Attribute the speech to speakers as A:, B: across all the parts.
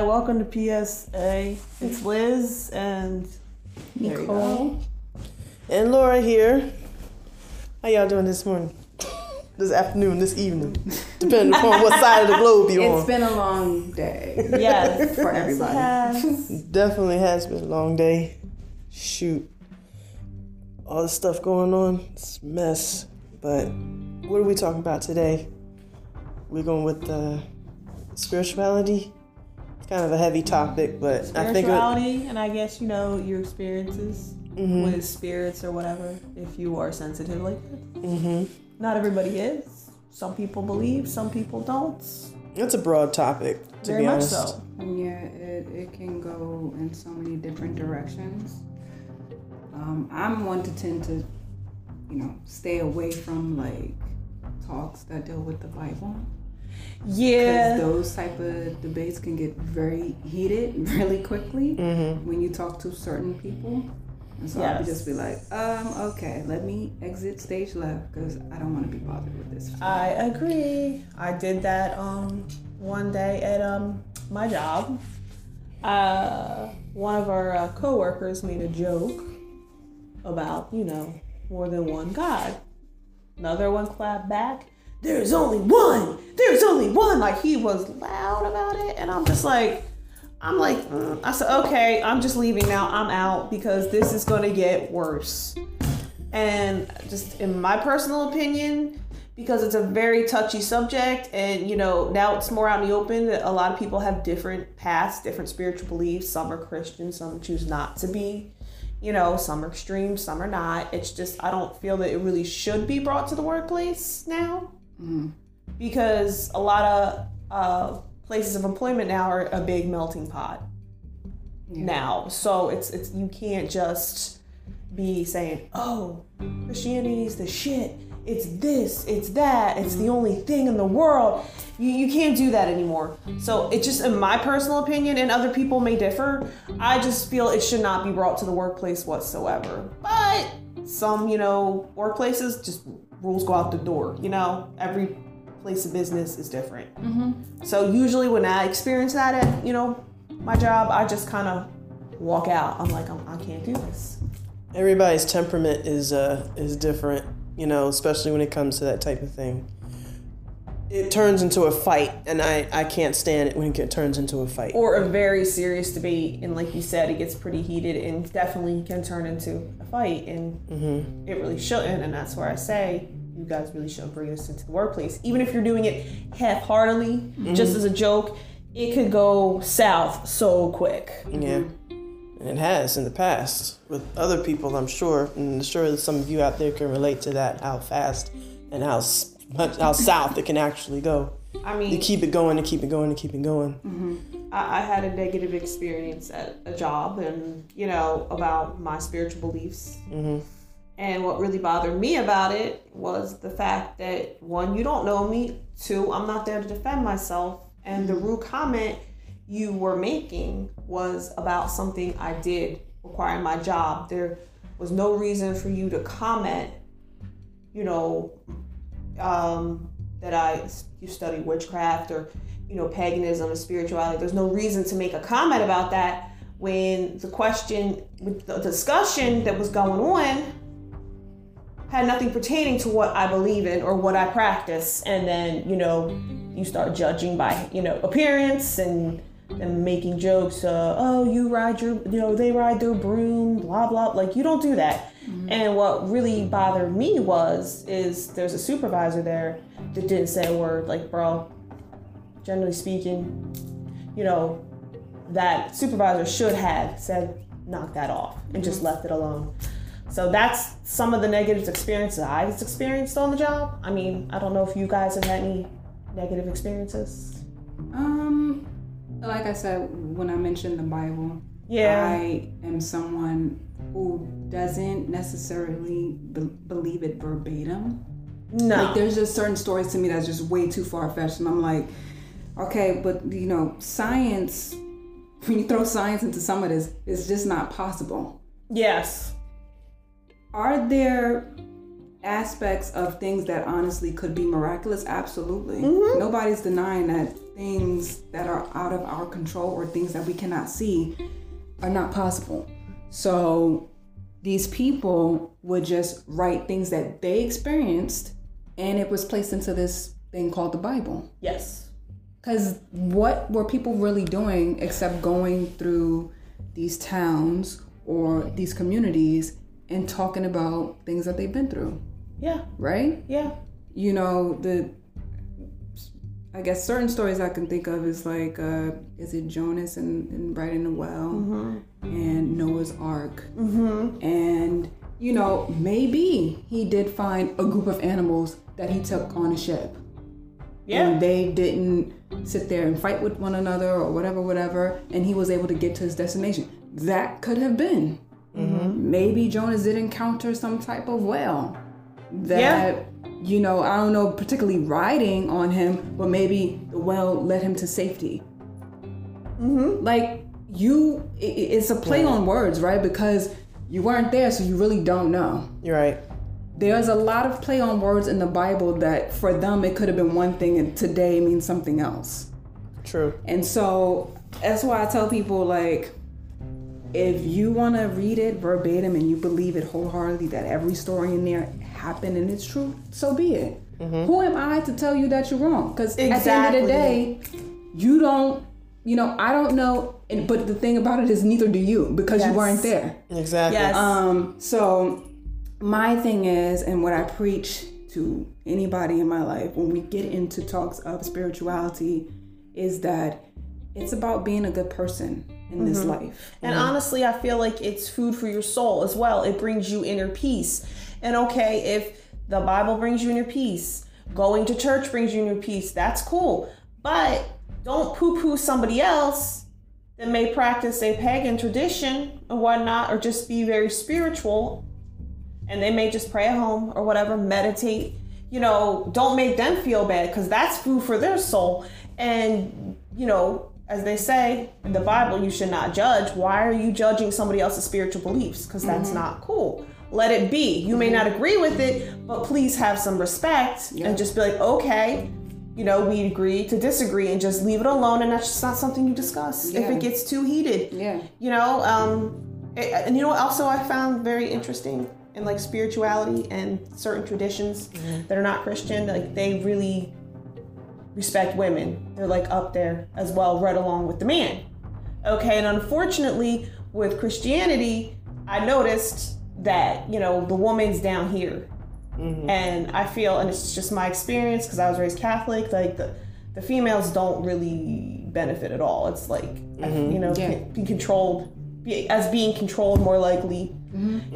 A: Welcome to PSA. It's Liz and there you go.
B: Nicole.
C: And Laura here. How y'all doing this morning? This afternoon, this evening, depending upon what side of the globe you're
B: It's
C: on.
B: been a long day
A: Yes.
B: for everybody.
A: Yes.
C: Definitely has been a long day. Shoot, all the stuff going on, it's a mess. But what are we talking about today? We're going with uh, spirituality. It's kind of a heavy topic, but I think it,
A: spirituality and I guess you know your experiences
C: Mm-hmm.
A: with spirits or whatever if you are sensitive like that. Mm-hmm. Not everybody is. Some people believe, some people don't.
C: it's a broad topic. To
A: Very
C: be
A: much
C: honest,
A: so.
B: And yeah, it, it can go in so many different directions. Um, I'm one to tend to, you know, stay away from like talks that deal with the Bible. because
A: Yeah.
B: those type of debates can get very heated really quickly
A: Mm-hmm.
B: when you talk to certain people. And so I would
A: Yes.
B: just be like, um, okay, let me exit stage left because I don't want to be bothered with this.
A: I agree. I did that um one day at um my job. Uh one of our uh, coworkers made a joke about, you know, more than one god. Another one clapped back. There's only one. There's only one. Like he was loud about it, and I'm just like, I'm like, mm. I said, okay, I'm just leaving now. I'm out because this is gonna get worse. And just in my personal opinion, because it's a very touchy subject, and you know now it's more out in the open that a lot of people have different paths, different spiritual beliefs. Some are Christian, some choose not to be you know, some are extreme, some are not. It's just I don't feel that it really should be brought to the workplace now because a lot of uh, places of employment now are a big melting pot now. So it's it's you can't just be saying, "Oh, Christianity is the shit. It's this, it's that, it's the only thing in the world." You you can't do that anymore. So it's just in my personal opinion, and other people may differ. I just feel it should not be brought to the workplace whatsoever. But some, you know, workplaces just rules go out the door. You know, every place of business is different. So usually when I experience that at you know my job, I just kind of walk out. I'm like, I'm, I can't do this.
C: everybody's temperament is uh is different you know especially when it comes to that type of thing it turns into a fight and i i can't stand it when it get- turns into a fight
A: Or a very serious debate, and like you said, it gets pretty heated and definitely can turn into a fight, and it really shouldn't. And that's where I say you guys really shouldn't bring this into the workplace, even if you're doing it half-heartedly, just as a joke. It could go south so quick.
C: yeah and it has in the past with other people i'm sure and I'm sure that some of you out there can relate to that how fast and how s- much how south it can actually go
A: I mean,
C: you keep it going and keep it going and keep it going
A: Mm-hmm. I, I had a negative experience at a job and you know about my spiritual beliefs and what really bothered me about it was the fact that one you don't know me two i'm not there to defend myself and the rude comment you were making was about something i did requiring my job there was no reason for you to comment you know um, that I you study witchcraft or you know paganism and spirituality. There's no reason to make a comment about that when the question, with the discussion that was going on, had nothing pertaining to what I believe in or what I practice. And then you know you start judging by you know appearance and. And making jokes, uh, oh, you ride your, you know, they ride their broom, blah blah. Like you don't do that. And what really bothered me was is there's a supervisor there that didn't say a word. Like, bro, generally speaking, you know, that supervisor should have said knock that off and just left it alone. So that's some of the negative experiences I've experienced on the job. I mean, I don't know if you guys have had any negative experiences.
B: Um, like I said, when I mentioned the Bible,
A: Yeah.
B: I am someone who doesn't necessarily be- believe it verbatim.
A: no.
B: Like there's just certain stories to me that's just way too far fetched, and I'm like, okay, but you know, science. When you throw science into some of this, it's just not possible.
A: yes.
B: Are there aspects of things that honestly could be miraculous absolutely nobody's denying that things that are out of our control or things that we cannot see are not possible so these people would just write things that they experienced and it was placed into this thing called the bible
A: Yes.
B: because what were people really doing except going through these towns or these communities and talking about things that they've been through,
A: Yeah.
B: right?
A: Yeah.
B: You know, the I guess certain stories I can think of is like, uh, is it Jonas and, and right in the well and Noah's Ark? And, you know, maybe he did find a group of animals that he took on a ship
A: Yeah.
B: and they didn't sit there and fight with one another or whatever, whatever, and he was able to get to his destination. That could have been. Maybe Jonas did encounter some type of whale that, you know, I don't know, particularly riding on him, but maybe the whale led him to safety. Like, you, i- i- it's a play on words, right? Because you weren't there, so you really don't know
C: You're right.
B: there's a lot of play on words in the Bible that for them it could have been one thing and today means something else.
C: True.
B: And so that's why I tell people like if you want to read it verbatim and you believe it wholeheartedly that every story in there happened and it's true, so be it. Who am I to tell you that you're wrong? Because at the end of the day, you don't, you know, I don't know. And, but the thing about it is, neither do you because you
A: Yes.
B: weren't there.
C: Exactly.
A: Yes.
B: Um, so my thing is, and what I preach to anybody in my life when we get into talks of spirituality is that it's about being a good person in this life.
A: And honestly, I feel like it's food for your soul as well. It brings you inner peace. And okay, if the Bible brings you inner peace, going to church brings you inner peace, that's cool. But don't poo poo somebody else that may practice a pagan tradition and whatnot, or just be very spiritual. And they may just pray at home or whatever, meditate. You know, don't make them feel bad because that's food for their soul. And, you know, as they say in the Bible, you should not judge. Why are you judging somebody else's spiritual beliefs? Because that's not cool. Let it be. You may not agree with it, but please have some respect and just be like, okay, you know, we agree to disagree and just leave it alone. And that's just not something you discuss if
B: Yeah.
A: it gets too heated.
B: Yeah.
A: You know, um, it- and you know what also I found very interesting in like spirituality and certain traditions that are not Christian, like they really respect women. They're like up there as well, right along with the man. Okay, and unfortunately, with Christianity, I noticed that, you know, the woman's down here. And I feel, and it's just my experience because I was raised Catholic, like the, the females don't really benefit at all. It's like, you know,
B: Yeah.
A: be controlled, be, as being controlled more likely.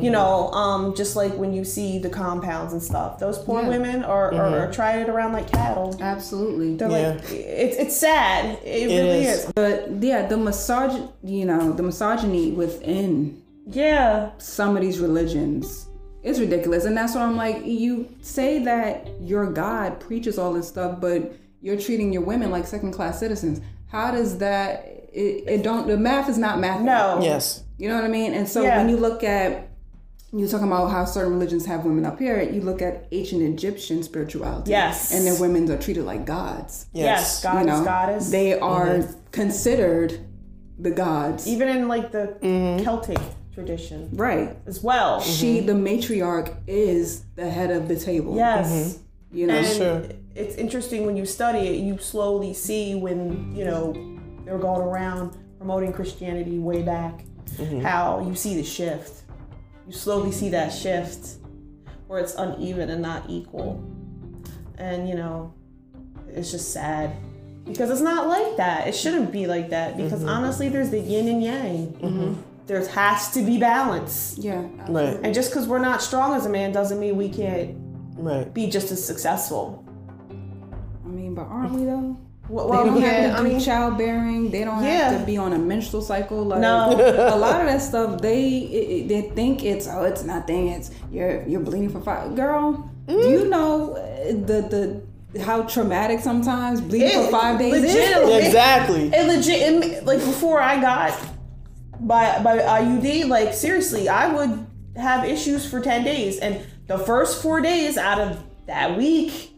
A: You know, um, just like when you see the compounds and stuff, those poor
B: Yeah.
A: women are, are tried around like cattle.
B: Absolutely.
A: They're like, it's it's sad. It, really
C: is.
A: is.
B: But yeah, the misog you know, the misogyny within
A: Yeah.
B: some of these religions is ridiculous. And that's why I'm like, you say that your God preaches all this stuff, but you're treating your women like second class citizens. How does that it, it don't the math is not math.
A: No.
C: Yes.
B: You know what I mean? And so
A: Yeah.
B: when you look at you're talking about how certain religions have women up here, you look at ancient Egyptian spirituality.
A: Yes.
B: And their women are treated like gods.
A: Yes.
C: Yes.
A: Goddess,
B: you know?
A: goddess. Mm-hmm.
B: They are considered the gods.
A: Even in like the Celtic tradition
B: right.
A: as well.
B: She, the matriarch, is the head of the table.
A: Yes.
B: You know?
A: And
C: true.
A: it's interesting when you study it, you slowly see when, you know, they were going around promoting Christianity way back, how you see the shift. You slowly see that shift where it's uneven and not equal. And, you know, it's just sad. Because it's not like that. It shouldn't be like that. Because honestly, there's the yin and yang. There has to be balance.
B: yeah.
C: Right.
A: And just because we're not strong as a man doesn't mean we can't
C: Right.
A: be just as successful.
B: I mean, but aren't we though?
A: Well,
B: They don't
A: yeah,
B: have
A: I
B: to do
A: mean,
B: childbearing. They don't
A: Yeah.
B: have to be on a menstrual cycle. Like
A: no,
B: a lot of that stuff, they it, it- they think it's oh, it's nothing. It's you're you're bleeding for five. Girl, do you
A: Mm.
B: know uh, the the how traumatic sometimes bleeding for
A: It-
B: five days
A: legit-
B: is?
A: Yeah.
C: Exactly.
A: it legit. It, ma- like before I got by by IUD, like seriously, I would have issues for ten days, and the first four days out of that week,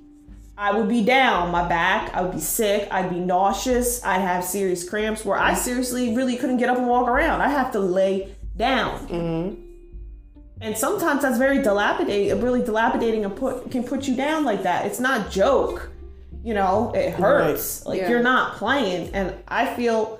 A: I would be down my back. I would be sick. I'd be nauseous. I'd have serious cramps where I seriously really couldn't get up and walk around. I have to lay down.
B: Mm-hmm.
A: And sometimes that's very dilapidating, really dilapidating and put can put you down like that. It's not joke. You know, it hurts. Like
B: Yeah.
A: you're not playing. And I feel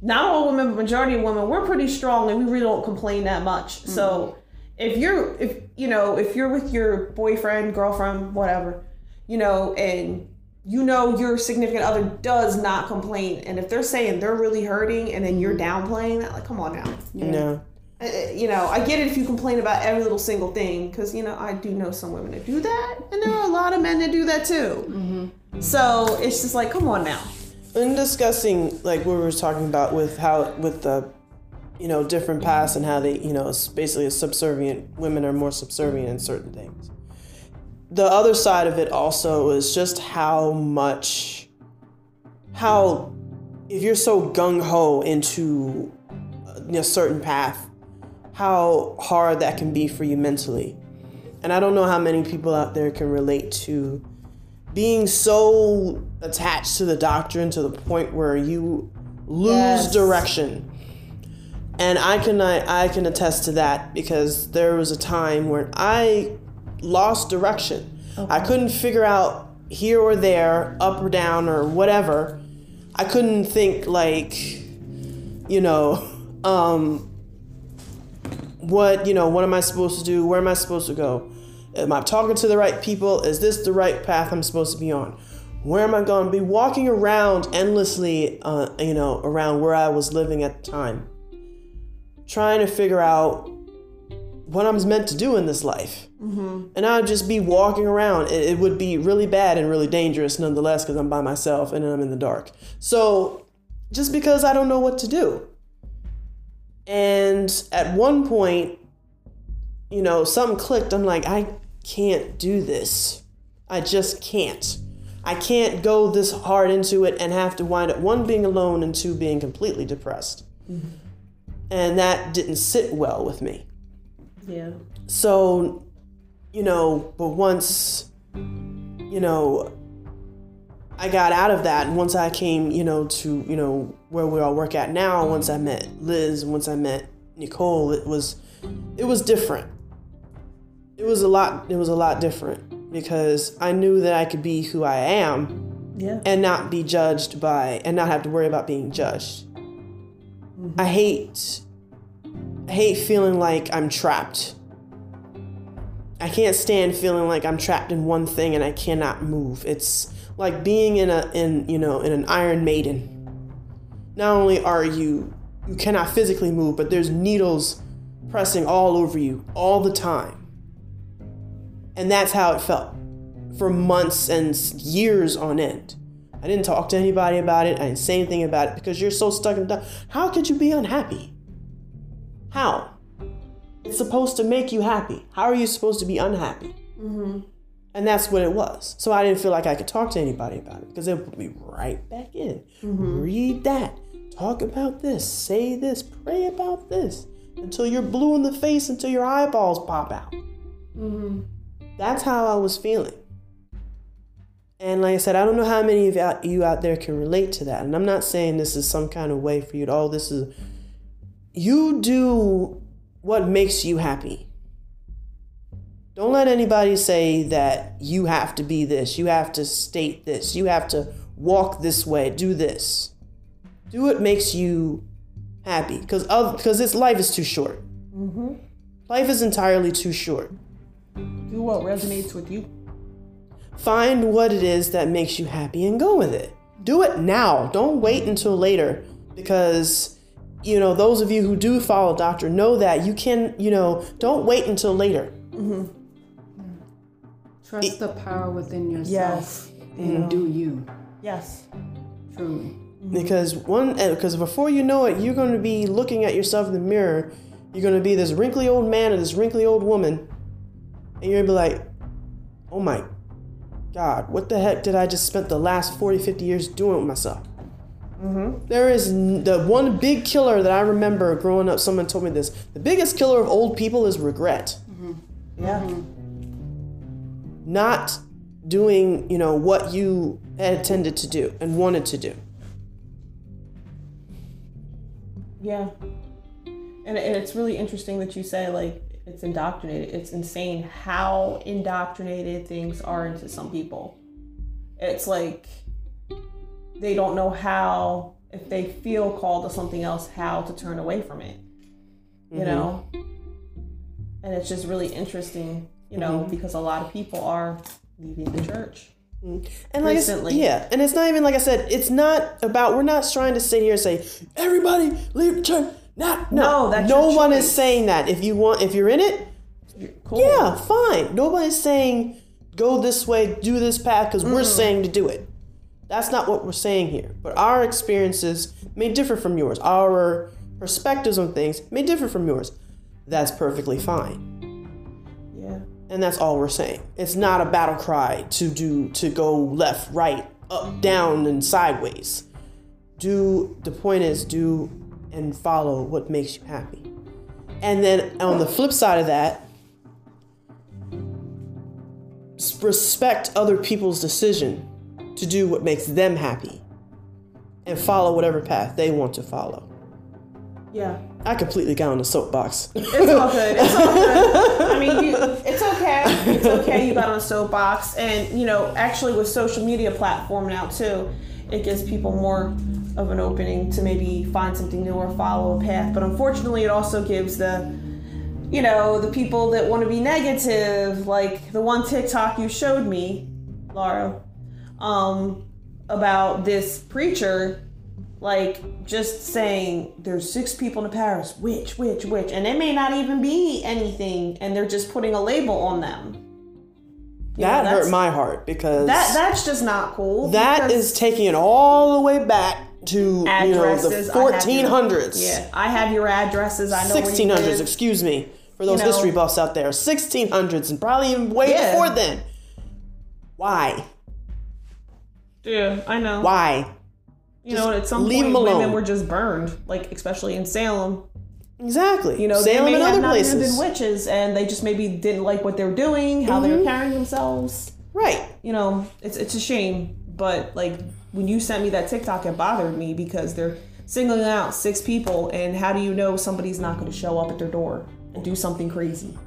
A: not all women, but majority of women, we're pretty strong and we really don't complain that much. So if you're if you know, if you're with your boyfriend, girlfriend, whatever, you know, and you know your significant other does not complain. And if they're saying they're really hurting and then you're downplaying that, like come on now.
C: No.
A: Uh, you know, I get it if you complain about every little single thing, because you know I do know some women that do that, and there are a lot of men that do that too. So it's just like, come on now.
C: in discussing like what we were talking about with how with the you know different paths and how they you know it's basically a subservient women are more subservient in certain things the other side of it also is just how much how if you're so gung-ho into a certain path how hard that can be for you mentally and i don't know how many people out there can relate to being so attached to the doctrine to the point where you lose
A: Yes.
C: direction. And I can I, I can attest to that because there was a time when I lost direction. I couldn't figure out here or there, up or down or whatever. I couldn't think like you know um what you know what am i supposed to do where am i supposed to go am i talking to the right people is this the right path i'm supposed to be on where am i going to be walking around endlessly uh, you know around where i was living at the time trying to figure out what i'm meant to do in this life and i'd just be walking around it, it would be really bad and really dangerous nonetheless because i'm by myself and i'm in the dark so just because i don't know what to do and at one point, you know, something clicked. I'm like, I can't do this. I just can't. I can't go this hard into it and have to wind up one being alone and two being completely depressed. And that didn't sit well with me.
A: Yeah.
C: So, you know, but once, you know, I got out of that, and once I came, you know, to, you know, where we all work at now, once I met Liz, once I met Nicole, it was, it was different. It was a lot, it was a lot different because I knew that I could be who I am
A: Yeah.
C: and not be judged by, and not have to worry about being judged. I hate, I hate feeling like I'm trapped. I can't stand feeling like I'm trapped in one thing and I cannot move. It's like being in a in you know in an Iron Maiden. Not only are you you cannot physically move, but there's needles pressing all over you all the time. And that's how it felt for months and s- years on end. I didn't talk to anybody about it. I didn't say anything about it because you're so stuck in. the- How could you be unhappy? How? It's supposed to make you happy. How are you supposed to be unhappy? And that's what it was. So I didn't feel like I could talk to anybody about it because it put me right back in. Read that. Talk about this. Say this. Pray about this until you're blue in the face, until your eyeballs pop out. That's how I was feeling. And like I said, I don't know how many of out- you out there can relate to that. And I'm not saying this is some kind of way for you to, oh, this is. You do what makes you happy. Don't let anybody say that you have to be this, you have to state this, you have to walk this way, do this. Do what makes you happy, because because this life is too short. Life is entirely too short.
A: Do what resonates with you.
C: Find what it is that makes you happy and go with it. Do it now. Don't wait until later because you know those of you who do follow doctor know that you can you know don't wait until later
B: Trust the power within yourself
A: Yes.
B: and do you.
A: Yes.
B: Truly.
C: because one because before you know it you're going to be looking at yourself in the mirror you're going to be this wrinkly old man or this wrinkly old woman and you're going to be like oh my god what the heck did i just spent the last 40 50 years doing with myself There is n- the one big killer that i remember growing up someone told me this the biggest killer of old people is regret
A: Yeah.
C: not doing, you know, what you had intended to do and wanted to do.
A: Yeah. And it- it's really interesting that you say, like, it's indoctrinated. It's insane how indoctrinated things are into some people. It's like they don't know how, if they feel called to something else, how to turn away from it, you know? And it's just really interesting, you know, because a lot of people are leaving the church.
C: and like I s-
A: recently.
C: yeah, and it's not even like I said. It's not about. We're not trying to sit here and say everybody leave the church. Not, no,
A: No, that's
C: no
A: your
C: one
A: choice.
C: is saying that. If you want, if you're in it,
A: You're- Cool.
C: yeah, fine. Nobody's saying go this way, do this path, because we're saying to do it. That's not what we're saying here. But our experiences may differ from yours. Our perspectives on things may differ from yours. That's perfectly fine
A: Yeah.
C: and that's all we're saying. It's not a battle cry to do to go left, right, up, down, and sideways. Do the point is do and follow what makes you happy. And then on the flip side of that, s- respect other people's decision to do what makes them happy and follow whatever path they want to follow.
A: Yeah.
C: I completely got on the soapbox.
A: It's all good. It's all good. I mean, you, it's okay. It's okay. You got on a soapbox, and you know, actually, with social media platform now too, it gives people more of an opening to maybe find something new or follow a path. But unfortunately, it also gives the you know the people that want to be negative, like the one TikTok you showed me, Laura, um, about this preacher like just saying there's six people in Paris, which, which, which, and it may not even be anything, and they're just putting a label on them. You know,
C: that
A: that's-
C: hurt my heart because
A: That that's just not cool.
C: That
A: because-
C: is taking it all the way back to you know the
A: Addresses, I have your-
C: 1400s,
A: Yeah, I have your addresses. I know
C: 1600s.
A: 1600s.
C: Excuse me for those
A: You know-
C: history buffs out there. 1600s and probably even way
A: Yeah.
C: before then. Why?
A: Yeah, I know.
C: Why?
A: you know, and at some
C: leave
A: point,
C: 'em alone.
A: women were just burned, like especially in Salem.
C: Exactly.
A: You know,
C: Salem
A: they may
C: and
A: have
C: other
A: not even
C: places.
A: been witches, and they just maybe didn't like what they were doing, how
C: Mm-hmm.
A: they were carrying themselves.
C: right.
A: you know, it's it's a shame, but like when you sent me that TikTok, it bothered me because they're singling out six people, and how do you know somebody's not going to show up at their door and do something crazy?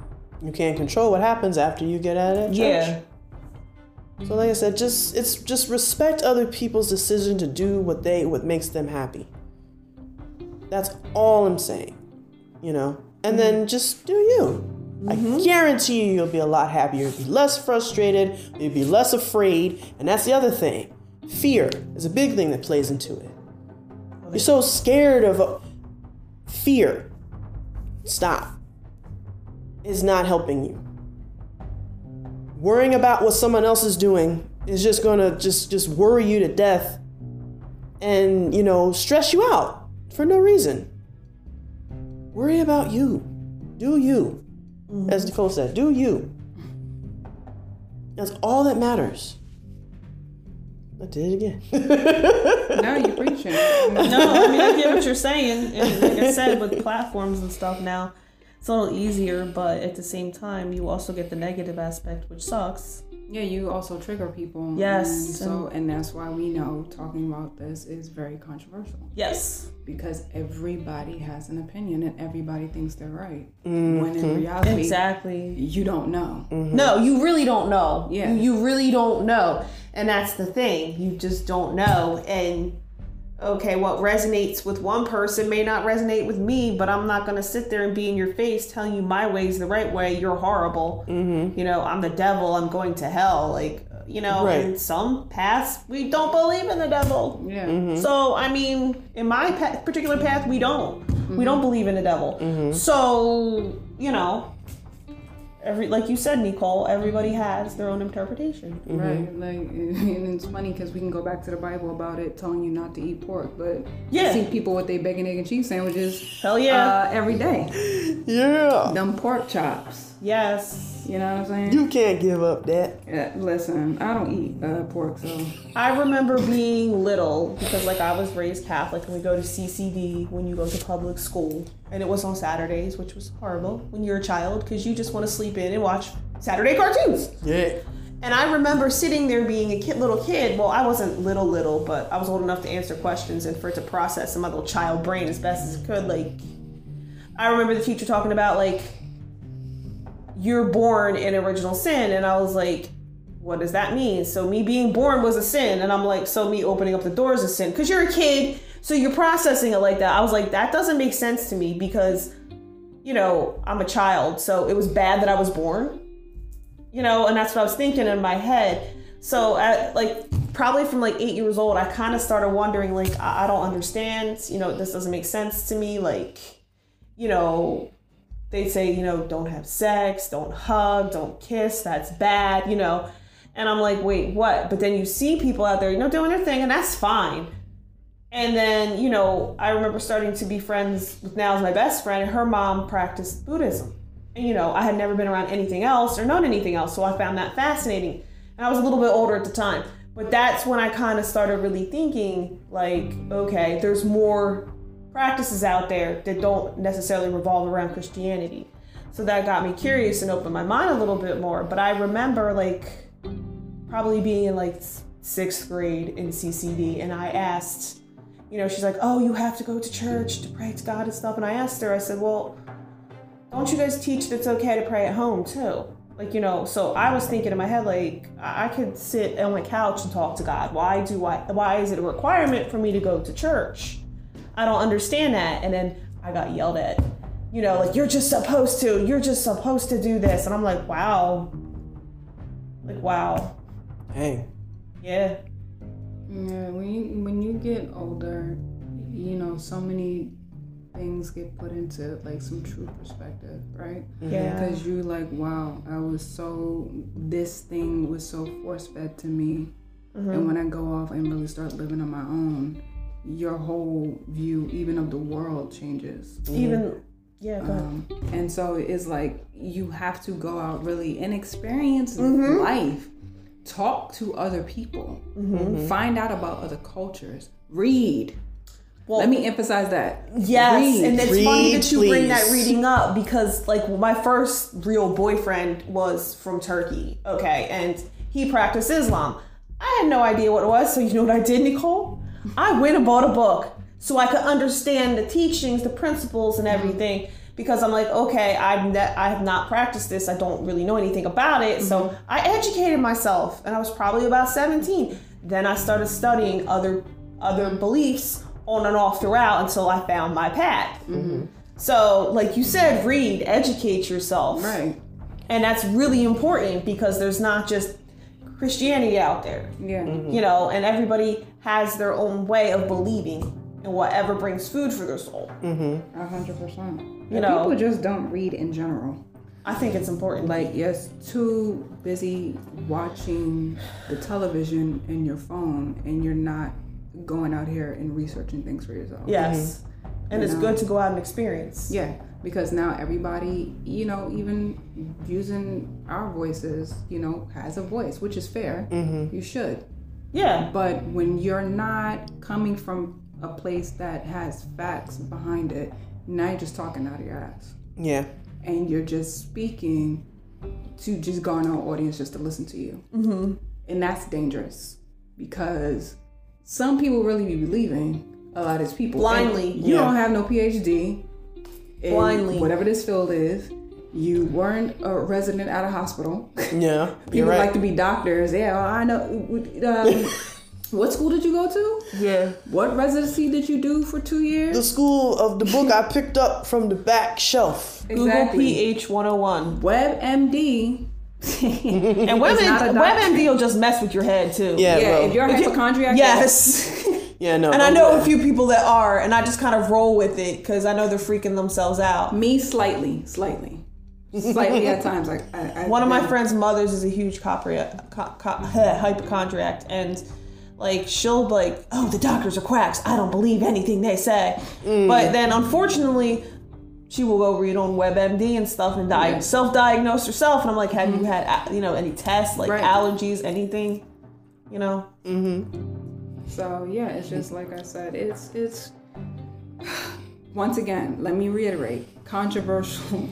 C: You can't control what happens after you get out of that church.
A: Yeah,
C: So like I said, just it's just respect other people's decision to do what they what makes them happy. That's all I'm saying. You know? And then just do you. I guarantee you you'll be a lot happier. You'll be less frustrated, you'll be less afraid, and that's the other thing. Fear is a big thing that plays into it. You're so scared of uh, fear. Stop. It's not helping you worrying about what someone else is doing is just gonna just just worry you to death and you know stress you out for no reason worry about you do you as nicole said do you that's all that matters i did it again
B: Now you're preaching. No,
A: no, I mean I get what you're saying, and like I said, with platforms and stuff now, it's a little easier, but at the same time, you also get the negative aspect, which sucks.
B: Yeah, you also trigger people.
A: Yes,
B: And so, and that's why we know talking about this is very controversial
A: Yes,
B: because everybody has an opinion and everybody thinks they're right. When in reality,
A: Mm-hmm. exactly. Mm-hmm.
B: you don't know.
A: No, you really don't know.
B: Yeah.
A: You, you really don't know. And that's the thing. You just don't know. And okay, what resonates with one person may not resonate with me, but I'm not going to sit there and be in your face telling you my way is the right way. You're horrible.
B: Mm-hmm.
A: You know, I'm the devil. I'm going to hell. Like, you know,
C: Right.
A: in some paths, we don't believe in the devil.
B: Yeah.
A: So, I mean, in my pa- particular path, we don't. We don't believe in the devil. So, you know, every like you said, Nicole, everybody has their own interpretation.
B: Right, like, and it's funny because we can go back to the Bible about it telling you not to eat pork, but
A: Yeah.
B: I see people with their bacon, egg, and cheese sandwiches
A: Hell yeah.
B: uh, every day.
C: yeah
B: Them pork chops,
A: yes.
B: you know what I'm saying?
C: you can't give up that
B: Yeah, listen, I don't eat uh, pork, so
A: I remember being little because like I was raised Catholic and we go to CCD when you go to public school and it was on Saturdays, which was horrible when you're a child because you just want to sleep in and watch Saturday cartoons.
C: yeah
A: And I remember sitting there being a kid, little kid. Well, I wasn't little, little, but I was old enough to answer questions and for it to process in my little child brain as best as it could. Like, I remember the teacher talking about, like, you're born in original sin. And I was like, what does that mean? So, me being born was a sin. And I'm like, so me opening up the door is a sin. Because you're a kid, so you're processing it like that. I was like, that doesn't make sense to me because, you know, I'm a child. So, it was bad that I was born you know, and that's what I was thinking in my head. So at like probably from like eight years old, I kind of started wondering like I, I don't understand. You know, this doesn't make sense to me. Like, you know, they say you know don't have sex, don't hug, don't kiss. That's bad. You know, and I'm like wait what? But then you see people out there you know doing their thing, and that's fine. And then you know I remember starting to be friends with now is my best friend. and Her mom practiced Buddhism you know, I had never been around anything else or known anything else, so I found that fascinating. And I was a little bit older at the time, but that's when I kind of started really thinking like, okay, there's more practices out there that don't necessarily revolve around Christianity. So that got me curious and opened my mind a little bit more. But I remember like probably being in like s- sixth grade in CCD, and I asked, you know, she's like, oh, you have to go to church to pray to God and stuff. And I asked her, I said, well, don't you guys teach that it's okay to pray at home too? Like, you know, so I was thinking in my head, like, I I could sit on my couch and talk to God. Why do I, why is it a requirement for me to go to church? I don't understand that. And then I got yelled at, you know, like, you're just supposed to, you're just supposed to do this. And I'm like, wow. Like, wow.
C: Dang.
A: Yeah.
B: Yeah, when you when you get older, you know so many things get put into like some true perspective, right?
A: Yeah.
B: Because you like, wow, I was so this thing was so force fed to me, and when I go off and really start living on my own, your whole view, even of the world, changes.
A: Even, yeah, go ahead.
B: Um, and so it's like you have to go out really and experience life, talk to other people, find out about other cultures, read.
A: Well-
B: Let me emphasize that.
A: Yes,
B: Read.
A: and it's funny
C: Read,
A: that you bring that
C: please.
A: reading up because, like, my first real boyfriend was from Turkey, okay, and he practiced Islam. I had no idea what it was, so you know what I did, Nicole? I went and bought a book so I could understand the teachings, the principles, and everything. Because I'm like, okay, I've ne- I have not practiced this. I don't really know anything about it. So I educated myself, and I was probably about 17. Then I started studying other other beliefs on and off throughout until I found my path. So, like you said, read, educate yourself.
B: Right.
A: And that's really important because there's not just Christianity out there,
B: Yeah.
A: you know, and everybody has their own way of believing and whatever brings food for their soul.
B: A hundred percent.
A: You
B: You
A: know.
B: know, people just don't read in general.
A: I think it's important.
B: Like, yes, too busy watching the television and your phone, and you're not going out here and researching things for yourself.
A: yes. And it's good to go out and experience.
B: Yeah, because now everybody, you know, even using our voices, you know, has a voice, which is fair. You should.
A: Yeah.
B: But when you're not coming from a place that has facts behind it, now you're just talking out of your ass.
C: Yeah.
B: And you're just speaking to just garner an audience just to listen to you. Mm-hmm. And that's dangerous because some people really be believing a lot of these people.
A: Blindly.
B: And you
C: Yeah.
B: don't have no PhD in
A: Blindly.
B: whatever this field is. You weren't a resident at a hospital.
C: Yeah. You're
B: People
C: right.
B: like to be doctors. Yeah, well, I know. Um, what school did you go to?
C: yeah.
B: What residency did you do for two
C: The
B: years?
C: school of the book I picked up from the back shelf.
A: Google PH 101.
B: WebMD.
A: And
B: It's not a
A: WebMD,
B: doctor.
A: WebMD will just mess with your head too.
C: Yeah.
B: Yeah,
C: well,
B: if you're a hypochondriac,
A: Yes.
C: yeah. No.
A: And I
C: don't
A: know
C: do
A: a few people that are, and I just kind of roll with it because I know they're freaking themselves out.
B: Me slightly, slightly, slightly at times. Like I, I,
A: One of my friend's mothers is a huge copria, co- co- hypochondriac, and like she'll be like, "Oh, the doctors are quacks. I don't believe anything they say."
B: Mm.
A: But then, unfortunately, she will go read on WebMD and stuff and di-
B: Yeah. Mm-hmm.
A: self-diagnose herself. And I'm like, "Have you had uh, you know any tests like
B: Right. Mm-hmm.
A: allergies, anything?" You know,
B: So yeah, it's just like I said. It's it's. Once again, let me reiterate: controversial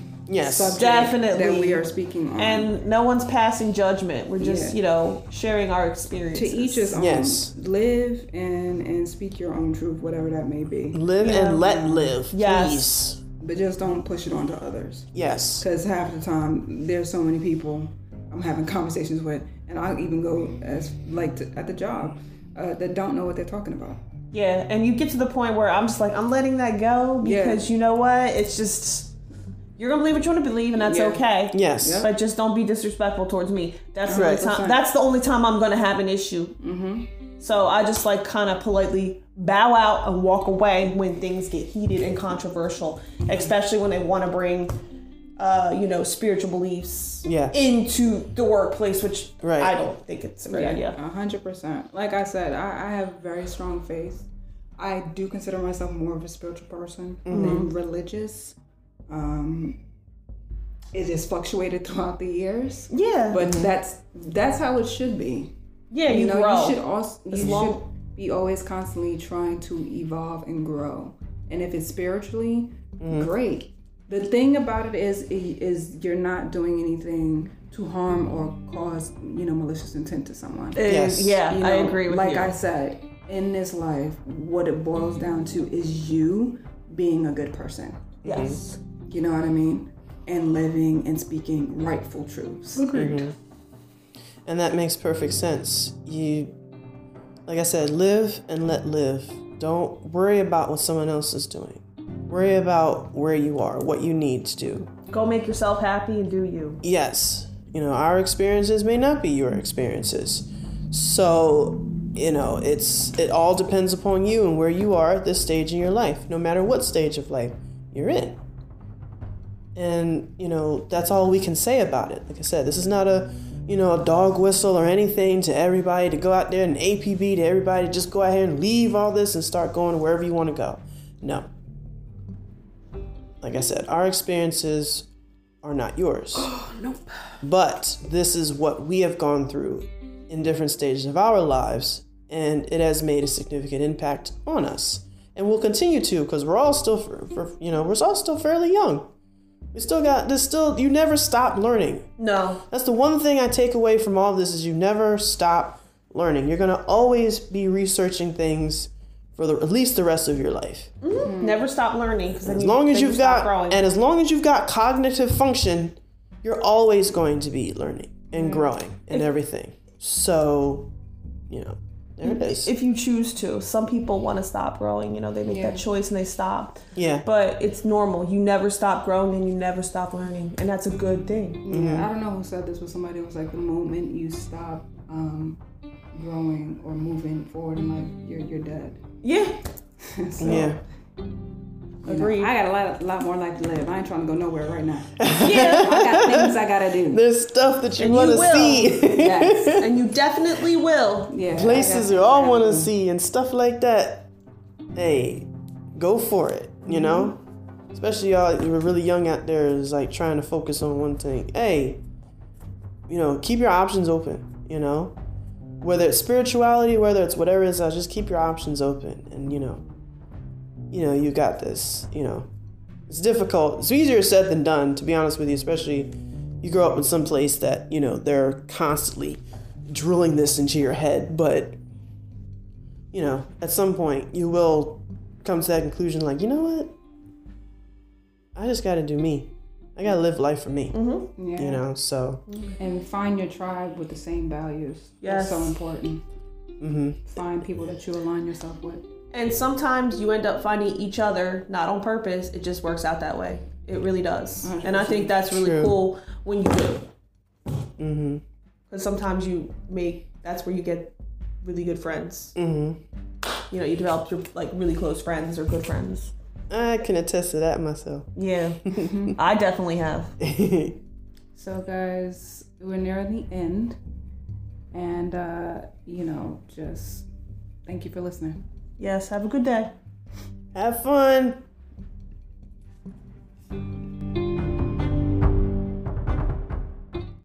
C: Yes.
B: subject
A: Definitely.
B: that we are speaking on.
A: And no one's passing judgment. We're just,
B: Yeah.
A: you know, sharing our experiences.
B: to each his own.
C: Yes.
B: Live and and speak your own truth, whatever that may be.
C: Live
A: Yeah.
C: and let live.
A: Yes.
C: Please.
B: But just don't push it on to others.
C: Yes.
B: Because half the time, there's so many people I'm having conversations with, and I'll even go as like to, at the job uh, that don't know what they're talking about.
A: Yeah, and you get to the point where I'm just like, I'm letting that go
B: Yeah.
A: because you know what? It's just you're gonna believe what you want to believe, and that's
B: Yeah.
A: okay.
C: Yes.
B: Yep.
A: But just don't be disrespectful towards me. That's the only
C: Right.
A: time. That's the only time I'm gonna have an issue. Mm-hmm. So I just like kind of politely bow out and walk away when things get heated and controversial, especially when they want to bring, uh, you know, spiritual beliefs
C: Yeah.
A: into the workplace, which
C: Right.
A: I don't think it's a great idea.
B: A hundred percent. Like I said, I, I have very strong faith. I do consider myself more of a spiritual person than religious. Um, it has fluctuated throughout the years,
A: Yeah,
B: but that's that's how it should be.
A: yeah, you,
B: You know,
A: grow.
B: you should also you
A: long-
B: should be always constantly trying to evolve and grow. And if it's spiritually,
A: Mm-hmm.
B: great. The thing about it is, is you're not doing anything to harm or cause you know malicious intent to someone.
A: And,
C: Yes.
A: Yeah,
B: You
A: I
B: know,
A: agree with
B: like
A: you.
B: I said, in this life, what it boils down to is you being a good person.
A: yes.
B: You know what I mean? And living and speaking rightful truths.
C: And that makes perfect sense. You, like I said, live and let live. Don't worry about what someone else is doing. Worry about where you are, what you need to do.
A: Go make yourself happy and do you.
C: yes, you know, our experiences may not be your experiences. So, you know, it's it all depends upon you and where you are at this stage in your life, no matter what stage of life you're in. And, you know, that's all we can say about it. Like I said, this is not a, you know, a dog whistle or anything to everybody to go out there and APB to everybody, just go out here and leave all this and start going wherever you want to go. No. Like I said, our experiences are not yours.
B: Nope.
C: But this is what we have gone through in different stages of our lives, and it has made a significant impact on us, and will continue to because we're all still, for, for, you know, we're all still fairly young. We still got this. Still, you never stop learning.
A: No,
C: That's the one thing I take away from all of this is you never stop learning. You're gonna always be researching things for the, at least the rest of your life.
A: never stop learning. 'cause then
C: As
A: you-
C: long as
A: then you
C: you've
A: stop
C: got
A: growing.
C: and as long as you've got cognitive function, you're always going to be learning
A: Mm.
C: and growing and everything. So, you know, there it is.
A: if you choose to, some people want to stop growing. You know, they make
B: Yeah.
A: that choice and they stop.
C: Yeah.
A: But it's normal. You never stop growing and you never stop learning, and that's a good thing.
B: I don't know who said this, but somebody was like, the moment you stop um, growing or moving forward in life, you're you're dead.
A: Yeah,
B: so,
C: Yeah.
B: you know,
A: agreed.
B: I got a lot, lot more life to live. I ain't trying to go nowhere right now.
A: yeah,
B: I got things I gotta do.
C: There's stuff that you
A: And you
C: want to
A: will.
C: see.
B: Yes.
A: and you definitely will.
B: Yeah. I
C: Places
B: got-
C: you
B: I
C: all
B: got
C: want to see and stuff like that. Hey, go for it, you know?
B: Mm-hmm.
C: Especially y'all you were really young out there is like trying to focus on one thing. Hey, you know, keep your options open, you know? whether it's spirituality, whether it's whatever it is, uh, just keep your options open. And you know, you know, you got this. You know, it's difficult. It's easier said than done, to be honest with you. Especially you grow up in some place that you know they're constantly drilling this into your head. But you know, at some point, you will come to that conclusion. Like, you know what? I just got to do me. I got to live life for me.
B: Yeah.
C: You know, so
B: And find your tribe with the same values.
A: Yes.
B: That's so important.
C: Mm-hmm.
B: Find people that you align yourself with.
A: And sometimes you end up finding each other, not on purpose. It just works out that way. It really does. And I think that's really
C: True.
A: cool when you do. Because
C: mm-hmm,
A: sometimes you make, that's where you get really good friends. Mm-hmm. You know, you develop your like really close friends or good friends.
C: I can attest to that myself.
A: Yeah. I definitely have.
B: So, guys, we're nearing the end. And, uh, you know, just thank you for listening.
A: Yes, have a good day.
C: Have fun.